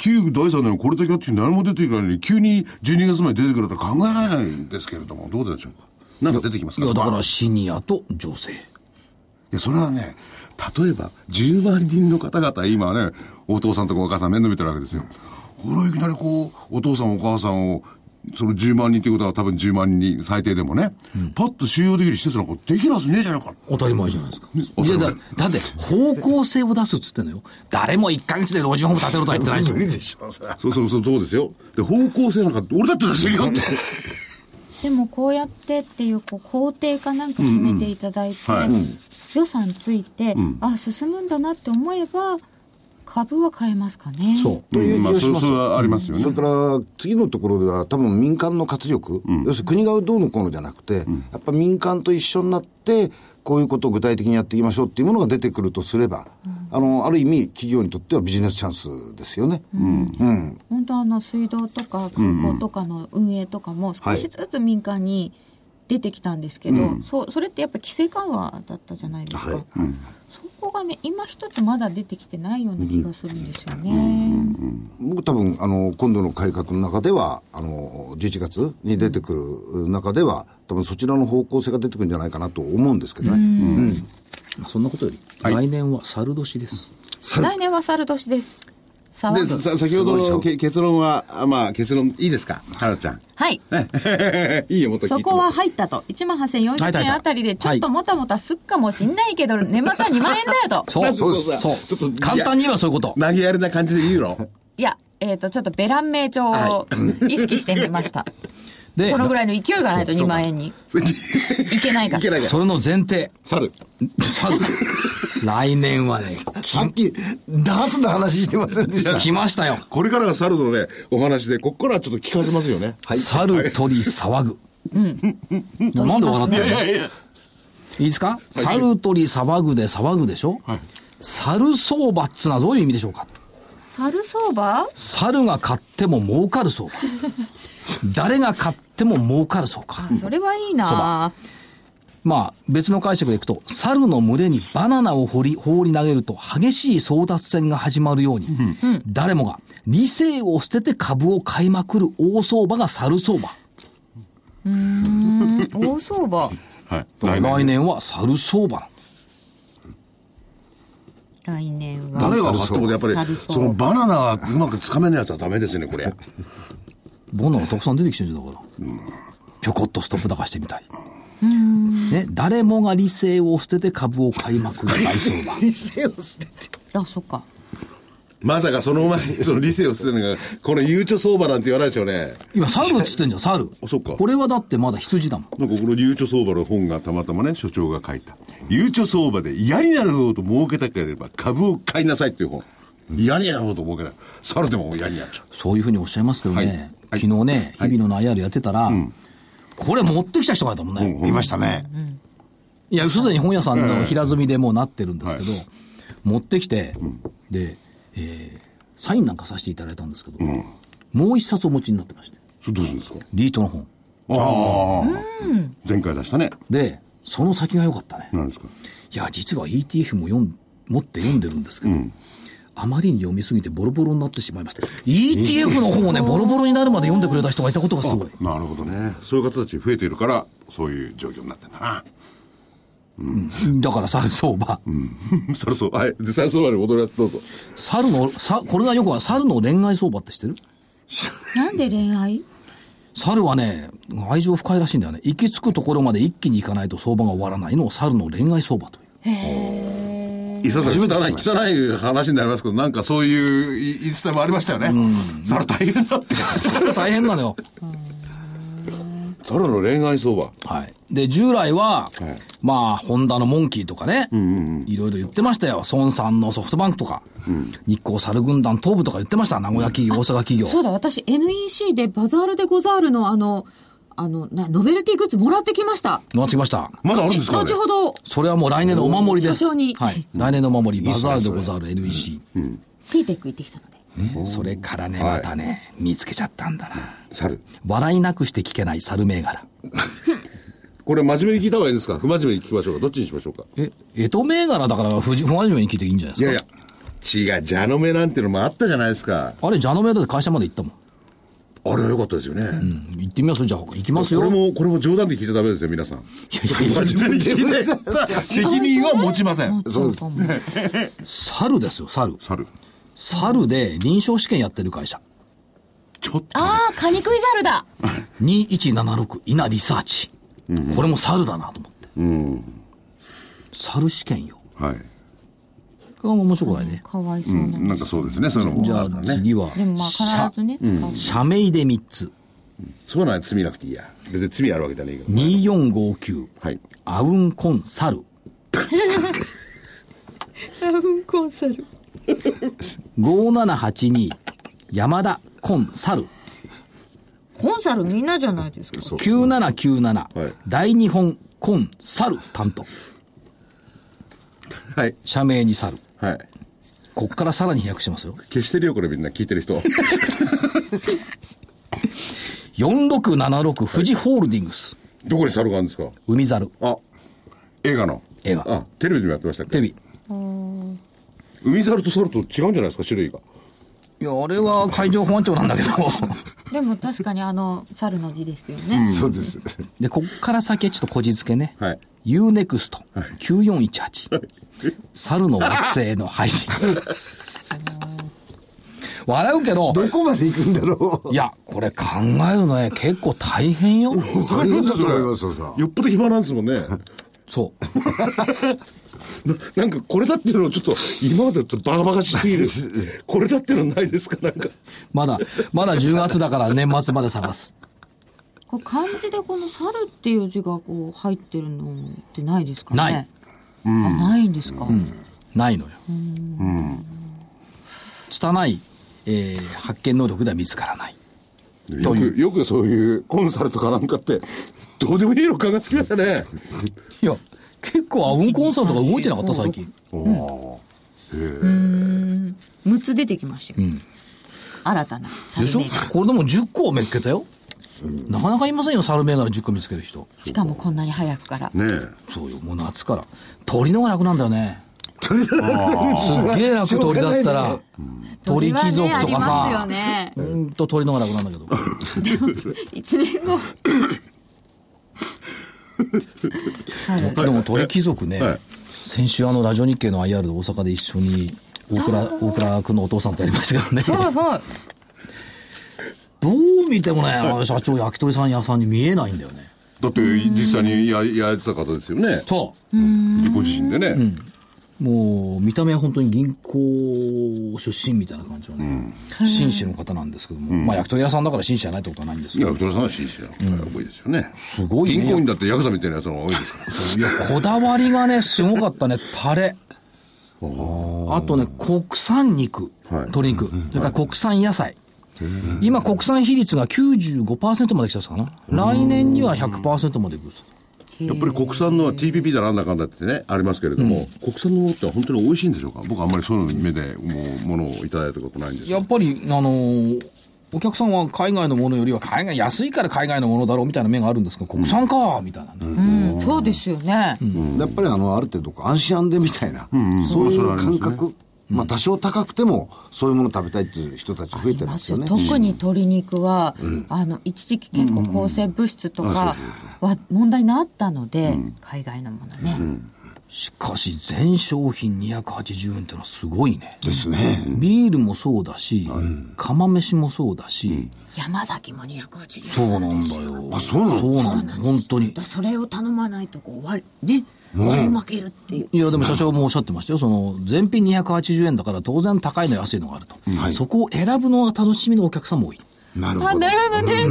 旧第三の矢これだけあって何も出ていないのに、急に12月まで出てくるとは考えられないんですけれども、どうでしょうか。なんか出てきま
い
すか
や、だから
い
シニアと女性。
や、それはね、例えば、10万人の方々、今ね、お父さんとかお母さん面倒見てるわけですよ。ほら、いきなりこう、お父さんお母さんを、その10万人ってことは多分10万人最低でもね、パッと収容できる施設なんかできるはずねえじゃないか。
当たり前じゃないですか。
うん
いやだ、だって、方向性を出すっつってんのよ。誰も1ヶ月で老人ホーム建てろとは言ってないでしょ
無。理でしょ、それは
そうそうそう、そうですよ。で、方向性なんか、俺だって出せるよって。
でもこうやってっていうこう工程かなんか決めていただいて、
うんはいうん
予算ついて、あ進むんだなって思えば株は買えますかね
そう。
という気
ま
が
あ、
し
そう
ます
そうはありますよね。
それから次のところでは多分民間の活力、要するに国がどうのこうのじゃなくて、やっぱ民間と一緒になってこういうことを具体的にやっていきましょうっていうものが出てくるとすれば、あのある意味企業にとってはビジネスチャンスですよね。うん
本当あの水道とか空港とかの運営とかも少しずつ民間に出てきたんですけど、そうそれってやっぱり規制緩和だったじゃないですか、そこがね今一つまだ出てきてないような気がするんですよね、
僕多分あの今度の改革の中ではあの11月に出てくる中では多分そちらの方向性が出てくるんじゃないかなと思うんですけどね。うん
まあそんなことより、来年は猿年です。
来年は猿年です。さ
で、さ先ほどのけ結論は、あまあ結論、いいですか原ちゃん。
はい
えいいよ、もっと聞い
そ
て。
こは入ったと1万8400円あたりでちょっともたもたすっかもしんないけど、年末は2万円だよと
そう、
そうです
そう
ちょっと
簡単に言えばそういうこと。
投げやりな感じでいい の
いやえっ、とちょっとベラン名帳を意識してみま した、
で、
その
い。
ぐらいの勢いがないと2万円にいけないか
い
ら
けないから。
それの前提。
猿。
猿。来年はね、
さっきダーツの話してませんでした。
来ましたよ。
これからが猿のね、お話で、ここからはちょっと聞かせますよね。
猿、鳥、騒ぐ。なんで笑ってるのいいですか猿、鳥、騒ぐで騒ぐでしょ猿相場っつのはどういう意味でしょうか
猿相場
猿が買っても儲かる相場。誰が買っても儲かる相場。
それはいいな
まあ、別の解釈でいくと、猿の群れにバナナを掘り、放り投げると激しい争奪戦が始まるように、誰もが理性を捨てて株を買いまくる大相場が猿相場。
大相 場
はい。
来年は猿相場。
来年は
誰が買ってもやっぱり
猿、相
そのバナナはうまくつかめないやつはダメですね、これ。
ボンナがたくさん出てきてるんだから。ぴょこっとストップ高してみたい。ね、誰もが理性を捨てて株を買いまくる大相場。
あそっか
まさかそのまま、その理性を捨てるのが、この悠長相場なんて言わないでしょうね。
今、猿っつってんじゃん、猿。
あそっか
これはだってまだ羊だもん。
なんかこの流暢相場の本がたまたまね、所長が書いた。流暢相場で嫌になるほど儲けたければ株を買いなさいっていう本。嫌になるほど儲けない。猿でも嫌になっちゃう。
そういうふうにおっしゃいますけどね、
はいはい
昨日ね、日々の IR やってたら、これ持ってきた人がいたもんね。
いましたね。
いや、すでに本屋さんの平積みでもうなってるんですけど、持ってきて、で、えーサインなんかさせていただいたんですけど、もう一冊お持ちになってまして、
それどうするんですか
リートの本。
ああ。前回出したね。
で、その先が良かったね。
何ですか
いや、実は ETF も読ん持って読んでるんですけど、あまりに読みすぎてボロボロになってしまいました。ETF の本をね、ボロボロになるまで読んでくれた人がいたことがすごい。
なるほどね。そういう方たち増えているから、そういう状況になってんだ な。
だから猿相場。
猿相場。はい。で、猿相場に戻ります。どうぞ。
猿の、さ、これがよくは猿の恋愛相場って知ってる
なんで恋愛
猿はね、愛情深いらしいんだよね。行き着くところまで一気に行かないと相場が終わらないのを猿の恋愛相場という。
いささ汚い、汚い話になりますけど、なんかそういうい言い伝えもありましたよね。猿大変だって。
猿大変なのよ。
猿の恋愛相場。
はい。で、従来は、まあ、ホンダのモンキーとかね、いろいろ言ってましたよ。孫さんのソフトバンクとか、日光猿軍団東部とか言ってました。名古屋企業、大阪企業。
そうだ私 NEC でバザールでござるのあのあのなノベルティグッズもらってきました
乗ってきました。
まだあるんですかあれ
後ほど
それはもう来年のお守りです。
おー社長に
はい。来年のお守り、バザールでござる NEC。
シーテック行ってきたので
それからね、またね、見つけちゃったんだな。
猿。
笑いなくして聞けない猿銘柄。
これ真面目に聞いた方がいいんですか不真面目に聞きましょうかどっちにしましょうか
え、江戸銘柄だから、不不真面目に聞いていいんじゃないです
いやい
か。
や。違う、蛇の目なんてのもあったじゃないですか。
あれ、蛇の銘柄で会社まで行ったもん。
あれは良かったですよね。
行ってみますじゃあ、行きますよ。
これも、これも冗談で聞いちゃダメですよ、皆さん。真面目に聞いて責任は持ちません。
そうです。
猿ですよ、猿。
猿。
猿で臨床試験やってる会社。
ちょっとね、
ああ、カニクイザルだ。
2176稲リサーチ。これも猿だなと思って。猿試験よ。
はい。
これも面白くないね。
かわいそううな。
ん、なんかそうですね、そういうのも。
じゃあ
ね
次は、
でもまあ必
社
ずね、使う。
社名で3つ。
そうなん罪なくていいや。別に罪あるわけじゃないけど。
2459。
はい。
アウンコンサル。
コンサル。
5782。山田コンサル。
コンサルみんなじゃないです か。
9797、
はい
大日本コンサル担当
はい。
社名にサル
はい。
こっからさらに飛躍しますよ
消してるよ、これみんな聞いてる人。
4676富士ホールディングス、
どこに猿があるんですか
海猿
あ、映画の。
映画
あ、テレビでもやってましたっ
テレ
け
ビ
海猿と猿と違うんじゃないですか、種類が。
いやあれは海上保安庁なんだ けど
でも確かにあの、猿の字ですよね。
そうです。
でこっから先はちょっとこじつけね、
はい。
UNEXT9418、猿の惑星の 配信笑うけど
ど こまで行くんだろう
い。やこれ考えるのね結構大 変よ
大変だと思います よ、それは
よっぽど暇なんですもんね。
そう
ななんかこれだっていうのちょっと今までちょっとバカバカしすぎるこれだっていうのないですかなんか
まだ、まだ10月だから年末まで探す。
こう漢字でこの「猿」っていう字がこう入ってるのってないですかね
ない
あないんですか、
ないのよ。うん。拙い、えー発見能力では見つからない。
よくよくそういうコンサルとかなんかってどうでもいいの考えつきましたね
いや、結構アウンコンサートが動いてなかった、最近。
6つ出てきましたよ、新たな
で
猿
しょ
銘柄
これでも10個を見つけたよ。なかなかいませんよ、猿銘柄10個見つける人。
しかもこんなに早くから
ね
そうよ、もう夏から。鳥のが楽なんだよね。すっげえ楽、鳥だったら。鳥貴族とか
ありますよ
さ。
ね。
ほんと鳥のが楽なんだけど。
1年後。
でも鳥貴族ね、
はい
先週あのラジオ日経の IR で大阪で一緒に大倉大倉君のお父さんとやりましたけどね
はいはい
どう見てもねあの社長焼き鳥さん屋さんに見えないんだよね
だって実際にややってた方ですよね
そう
ご自身でね、
もう見た目は本当に銀行出身みたいな感じのね、紳士の方なんですけども、まあ焼き鳥屋さんだから紳士じゃないってことはないんです
い
けど
や太田さんは紳士な方多いですよね、
すごいね
銀行員だってヤクザみたいなやつの方が多いですから
いやこだわりがねすごかったねタレあとね国産肉、
はい
鶏肉それから国産野菜今国産比率が95%まで来たんですかな来年には100%までいくんです
やっぱり国産のは TPP だなんだかんだってねありますけれども、国産のものって本当に美味しいんでしょうか僕あんまりそういう目でもうものをいただいたことないんです
やっぱりあのーお客さんは海外のものよりは海外安いから海外のものだろうみたいな面があるんですけど国産かみたいなね、
うんそうですよね、
やっぱりあの、ある程度こう安心安全みたいな、そういう感覚。まあ多少高くても、そういうもの食べたいっていう人たち増えてますよね。
特に鶏肉は、あの一時期結構抗生物質とかは問題になったので、海外のものね、
しかし全商品280円ってのはすごいね
ですね。
ビールもそうだし、釜飯もそうだし、
山崎も280円
そうなんだよ。
あそうなの
そうなんだよ。本当に。
だそれを頼まないとこう割りね割り負けるっていう、
いや、でも社長もおっしゃってましたよ。その、全品280円だから当然高いの安いのがあると。
はい
そこを選ぶのが楽しみのお客さんも多い。
なる
あ、
ほど
な。るほどね。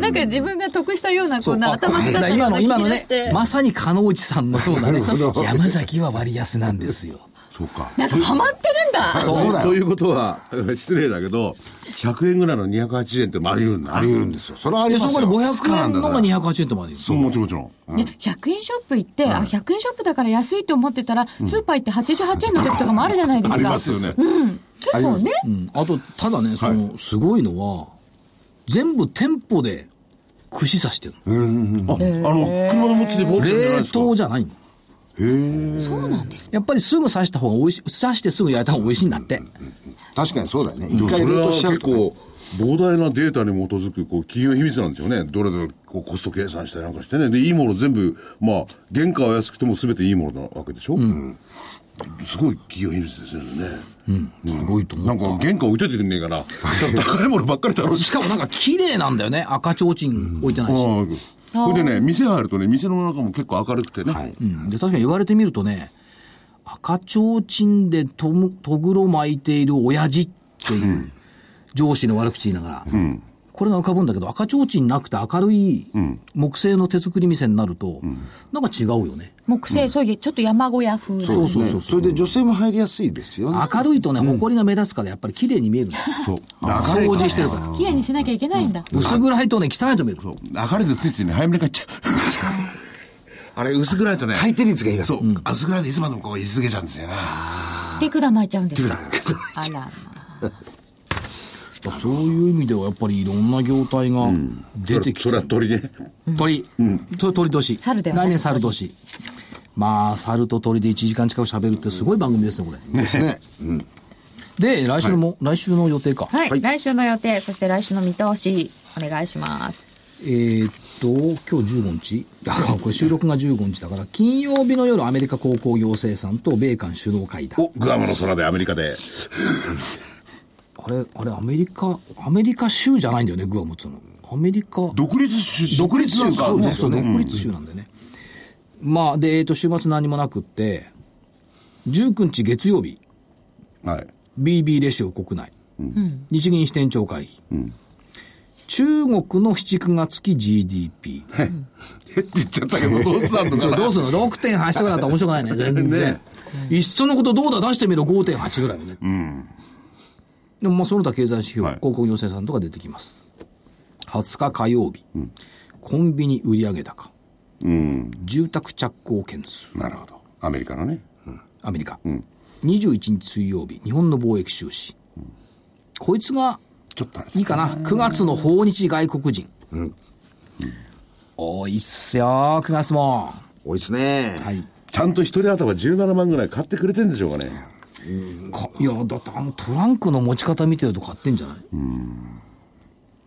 なんか自分が得したような、こんな
あ
頭使
だか
っ
ら
た
今の、今のね
気になっ、て
まさに加納内さんのようなね
なるほ、ど
山崎は割安なんですよ。
そうか
なんかハマってるんだ。
そうだよ
ということ は失礼だけど100円ぐらいの280円ってもあり得るんだ
あり得るんですよ。それはあり
で、
ま
そ
す
こ
よ。
で
スカ
500
な
円
んだ
の
から
が280円とまで
そうもちろんもちろん
ね、100円ショップ行って、あ100円ショップだから安いと思ってたら、スーパー行って88円の時とかもあるじゃないです か
ありますよね、
ありますね。
うん。あと、ただね、その、すごいのは、全部店舗で串刺してるの。
ああの車の持ちでボールじゃない
冷
ですか
凍じゃないの。
そうなんです
やっぱりすぐ刺した方が美味しい、刺してすぐ焼いた方が美味しいんだって。
確かにそうだよね。
で
一
もそ
回
れ
冷
は
凍しちゃ
結
うとね。
構
膨大なデータに基づくこう企業秘密なんですよね。どれどれこうコスト計算したりなんかしてね。で、いいもの全部、まあ、原価は安くても全ていいものなわけでしょ。うん、すごい企業秘密ですよね。
うん、すごいと思
う。なんか原価置いといてくんねえから、高いものばっかりだろ
しかもなんか綺麗なんだよね。赤ちょうちん置いてないし。うん
それでね、店入るとね、店の中も結構明るくてね。はい
うん、で、確かに言われてみるとね、赤ちょうちんでとむとぐろ巻いている親父っていう、上司の悪口言いながら、うん、これが浮かぶんだけど、赤ちょうちんなくて明るい木製の手作り店になると、うん、なんか違うよね。
木製、そういうちょっと山小屋風、ね、
そうそうそうそれで女性も入りやすいですよね
明るいとね埃が目立つからやっぱり綺麗に見える
そう
掃除してるから
綺麗にしなきゃいけないんだ、
うん、薄暗いとね汚いと見える
明るいとついついね早めに帰っちゃう あれ薄暗いとね
回転率がいいから
そう、うん、薄暗いでいつまでもこう居続けちゃうんですよね
手管巻いちゃうんです
手管
あらまあ
そういう意味ではやっぱりいろんな業態が出てきて、
うん、それは鳥ね
鳥、うん、鳥年
猿だよ、
ね、来年猿年まあ猿と鳥で1時間近くしゃべるってすごい番組ですねこれ
ですね、うん、
で来週も、はい、来週の予定か、
はい、はい、来週の予定そして来週の見通しお願いします
えー、っと今日15日これ収録が15日だから金曜日の夜アメリカ高校行政さんと米韓首脳会談
おグアムの空でアメリカで
あれ、あれ、アメリカ、アメリカ州じゃないんだよね、グアムっての。アメリカ。
独立州、
独立州か。そうね、そう、独立州なんでね。うん、まあ、で、えっ、ー、と、週末何もなくって、19日月曜日。
はい。
BB レシオ国内。うん、日銀支店長会議。うん、中国の7、9月期 GDP。
へ、えって言っちゃったけど、どうすんのかな
どうすんの ?6.8 とかだったら面白く ないね。全然。ね、いっそのことどうだ出してみろ5.8ぐらいよね。
うん
でもまあその他経済指標、はい、広告行政さんとか出てきます。20日火曜日、うん、コンビニ売上高、
うん、
住宅着工件数。
なるほど。アメリカのね。うん、
アメリカ、
うん。
21日水曜日、日本の貿易収支。うん、こいつが、
ちょっと
いいかな。9月の訪日外国人。
うん。
多いっすよ、9月も。
多いっすね。
はい。
ちゃんと一人頭17万ぐらい買ってくれてるんでしょうかね。
いやだってあのトランクの持ち方見てると買ってんじゃない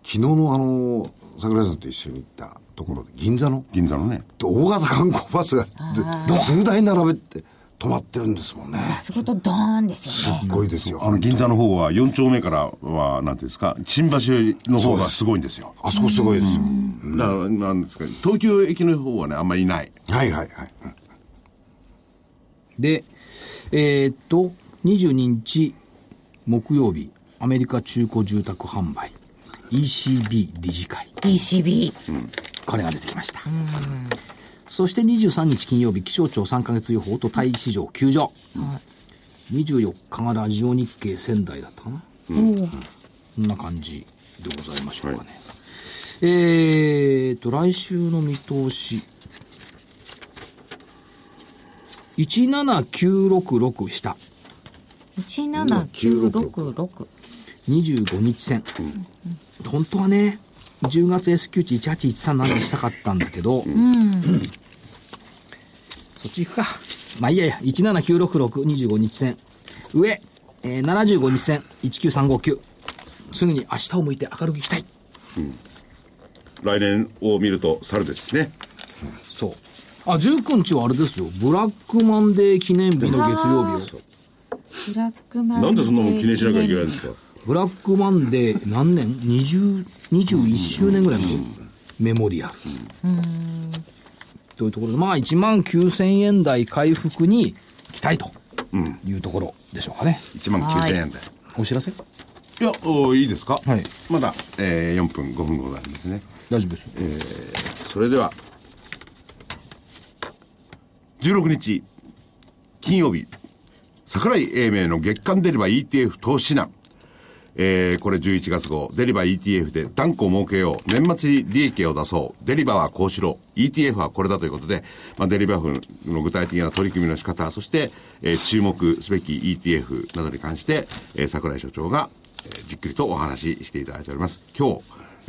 昨日のあの桜井さんと一緒に行ったところで銀座の
銀座のね
大型観光バスが数台並べて止まってるんですもんね
そことドーンですよね
すっごいですよ
あの銀座の方は4丁目からは何ていうんですか新橋の方がすごいんですよ
あそこすごいですよ
だからなんですか東京駅の方はねあんまりいない
はいはいはい、
でえー、っと22日木曜日アメリカ中古住宅販売 ECB 理事会
ECB、
うん、これが出てきましたそして23日金曜日気象庁3か月予報とタイ市場休場、うん、24日がラジオ日経仙台だったかな、
うん、
こんな感じでございましょうかね、はい、えーと来週の見通し17966下
17966
25日線、うん、本当はね10月 S q 値1813なんてしたかったんだけど、
うん、
そっち行くかまあいいやいや1796625日線上、えー、75日線19359すぐに明日を向いて明るくいきたい、
うん、来年を見ると猿ですね、
うん、そうあ19日はあれですよブラックマンデー記念日の月曜日よ
ブラックマン
なんでそんなもん記念しなきゃいけないんですか
ブラックマンデー何年20 ?21 周年ぐらいのメモリアル。というところで、まあ1万9000円台回復に期待というところでしょうかね。
1万9000円台。
お知らせい
や、おいいですか
はい。
まだ、えー、4分、5分ございますね。
大丈夫です。
えー、それでは、16日、金曜日。桜井英明の月間デリバー ETF 投資難。えー、これ11月号、デリバー ETF で断固儲けよう、年末に利益を出そう、デリバーはこうしろ、ETF はこれだということで、まあ、デリバーの具体的な取り組みの仕方、そして、えー、注目すべき ETF などに関して、えー、桜井所長が、えー、じっくりとお話ししていただいております。今日、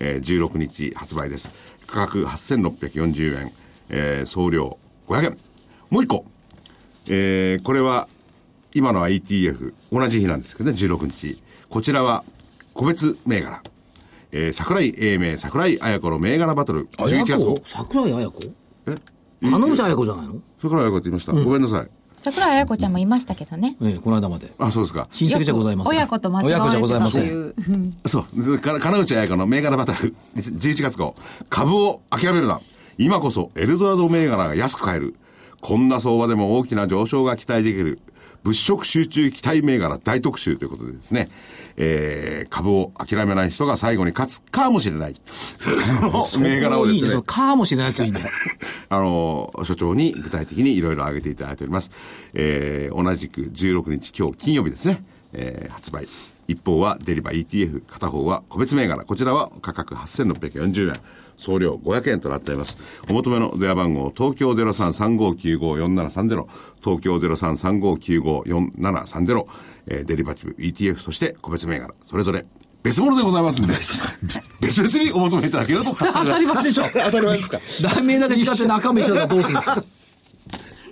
えー、16日発売です。価格8640円、えー、総量500円。もう一個、えー、これは、今の ITF、同じ日なんですけどね、16日。こちらは個別銘柄。えー、桜井英明、桜井彩子の銘柄バトル、11月号。
桜井彩子
え
彼女彩子じゃないの
桜井彩子って言いました。ごめんなさい。
桜井彩子ちゃんもいましたけどね。
ええ、この間まで。
あ、そうですか。
親戚じゃございません。
親子と間違
親
わ
子
れ
じゃ
て
ございま
たと
せ
い
ん。
う。
そう。か金内彩香の銘柄バトル、11月号。株を諦めるな。今こそエルドラド銘柄が安く買える。こんな相場でも大きな上昇が期待できる。物色集中期待銘柄大特集ということでですね、えー、株を諦めない人が最後に勝つかも しれない。その銘柄をで
いい
す
ね。そ
ね
の、かもしれないやついい ね。
あの、所長に具体的にいろいろ挙げていただいております。えー、同じく16日、今日金曜日ですね、えー、発売。一方はデリバ ETF、片方は個別銘柄。こちらは価格8640円。送料500円となっています。お求めの電話番号、東京0335954730、東京0335954730、えー、デリバティブ ETF、そして個別銘柄、それぞれ別物でございますんで、別々にお求めいただければと
当たり前でしょ。当たり前ですか。題名だけ使って中身してたらどうするんですか。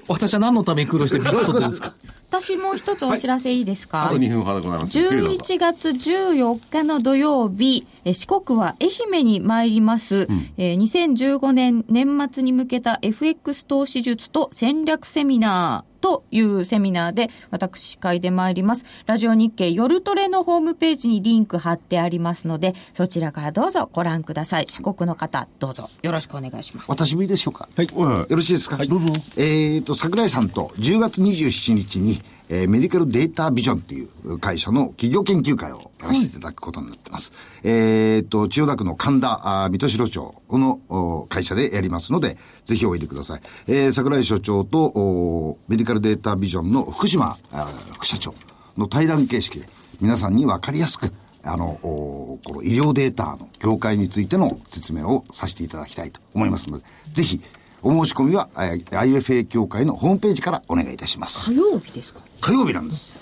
私は何のために苦労してビッグ取ってるんですか。
私もう一つお知らせいいですか、
あと2分ほどございます。ゆっくりどうぞ
11月14日の土曜日、えー四国は愛媛に参ります、えー2015年年末に向けた FX 投資術と戦略セミナーというセミナーで私司会で参ります。ラジオ日経夜トレのホームページにリンク貼ってありますので、そちらからどうぞご覧ください。四国の方、どうぞよろしくお願いします。
私もいいでしょうか。
はい
よろしいですか。
どうぞ。
えっ、と、桜井さんと10月27日に、えーメディカルデータビジョンっていう会社の企業研究会をやらせていただくことになってます。えっ、と、千代田区の神田、あー水戸城町のお会社でやりますので、ぜひおいでください。えー桜井所長とおメディカルデータビジョンの福島あー副社長の対談形式で、皆さんにわかりやすく、あの、おこの医療データの業界についての説明をさせていただきたいと思いますので、ぜひ、お申し込みは、えー IFA 協会のホームページからお願いいたします。
火曜日ですか
火曜日なんです。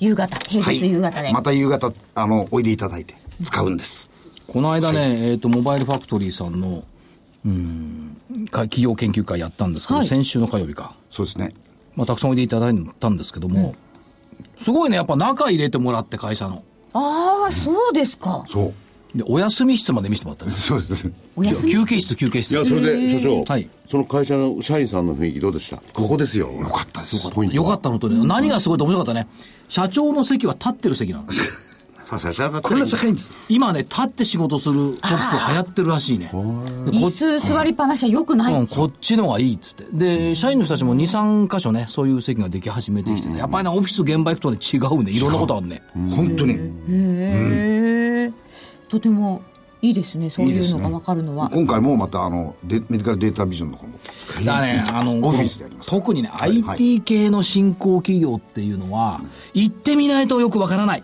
夕方、平日夕方で。
また夕方、あの、おいでいただいて使うんです。
この間ね、えっ、と、モバイルファクトリーさんの、うん、か企業研究会やったんですけど、先週の火曜日か。
そうですね。
まあ、たくさんおいでいただいたんですけども、すごいね、やっぱ中入れてもらって、会社の。
ああ、そうですか。
そう。
で、お休み室まで見せてもらったんです。
そうですね。
お休み
休憩室、休憩
い
室。
や、
よ
それで、所長、
はい
その会社の社員さんの雰囲気どうでしたここですよ。よ
かったです
ポイントは。
かったのとね、何がすごいと面白かったね。社長の席は立ってる席なの。
さあさあさあさあ
これが高いんです。
今ね、立って仕事するショップ流行ってるらしいね。でこ
椅子座りっぱなしは良くない。
うん、こっちのがいいっつって。で、社員の人たちも2、3箇所ね、そういう席ができ始めてきてね。やっぱりね、オフィス現場行くとね、違うね。いろんなことあるね。
本当に。
へえ、とてもいいですねそう
いいで
いう
す
の
ね
が分かるのは
今回もまた、あの、デメディカルデータビジョンの方も。
だからね、あの、
オフィスであります
特にね、
いはい
IT 系の新興企業っていうのは、行ってみないとよくわからない。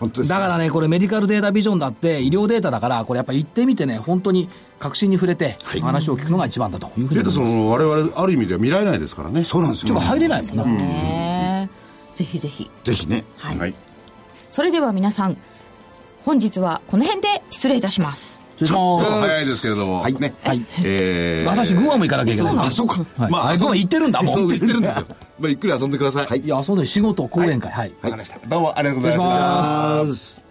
本当です
だからね、これメディカルデータビジョンだって、医療データだから、これやっぱ行ってみてね、本当に確信に触れて、話を聞くのが一番だというふうに
デ
思
ータ
い
そ
ます。
の、我々、ある意味では見られないですからね。
そうなんです
ちょ
よ
っと入れないもんな。
ねぜひぜひ
ぜひね。
はい。
それでは皆さん本日はこの辺で失礼いたします
それ
ちょっと
と
早いですけれども。
はい
ね。
はい
えー、
私、グアム行かなきゃいけない。
あ、そうか。
はい、まあ、グアム行ってるんだもん。
そう言ってるんですよ。まあ、ゆっくり遊んでください。はい
いや、そうだよ、仕事、講演会、はい。
わかりました。どうもありがとうございました。
あーす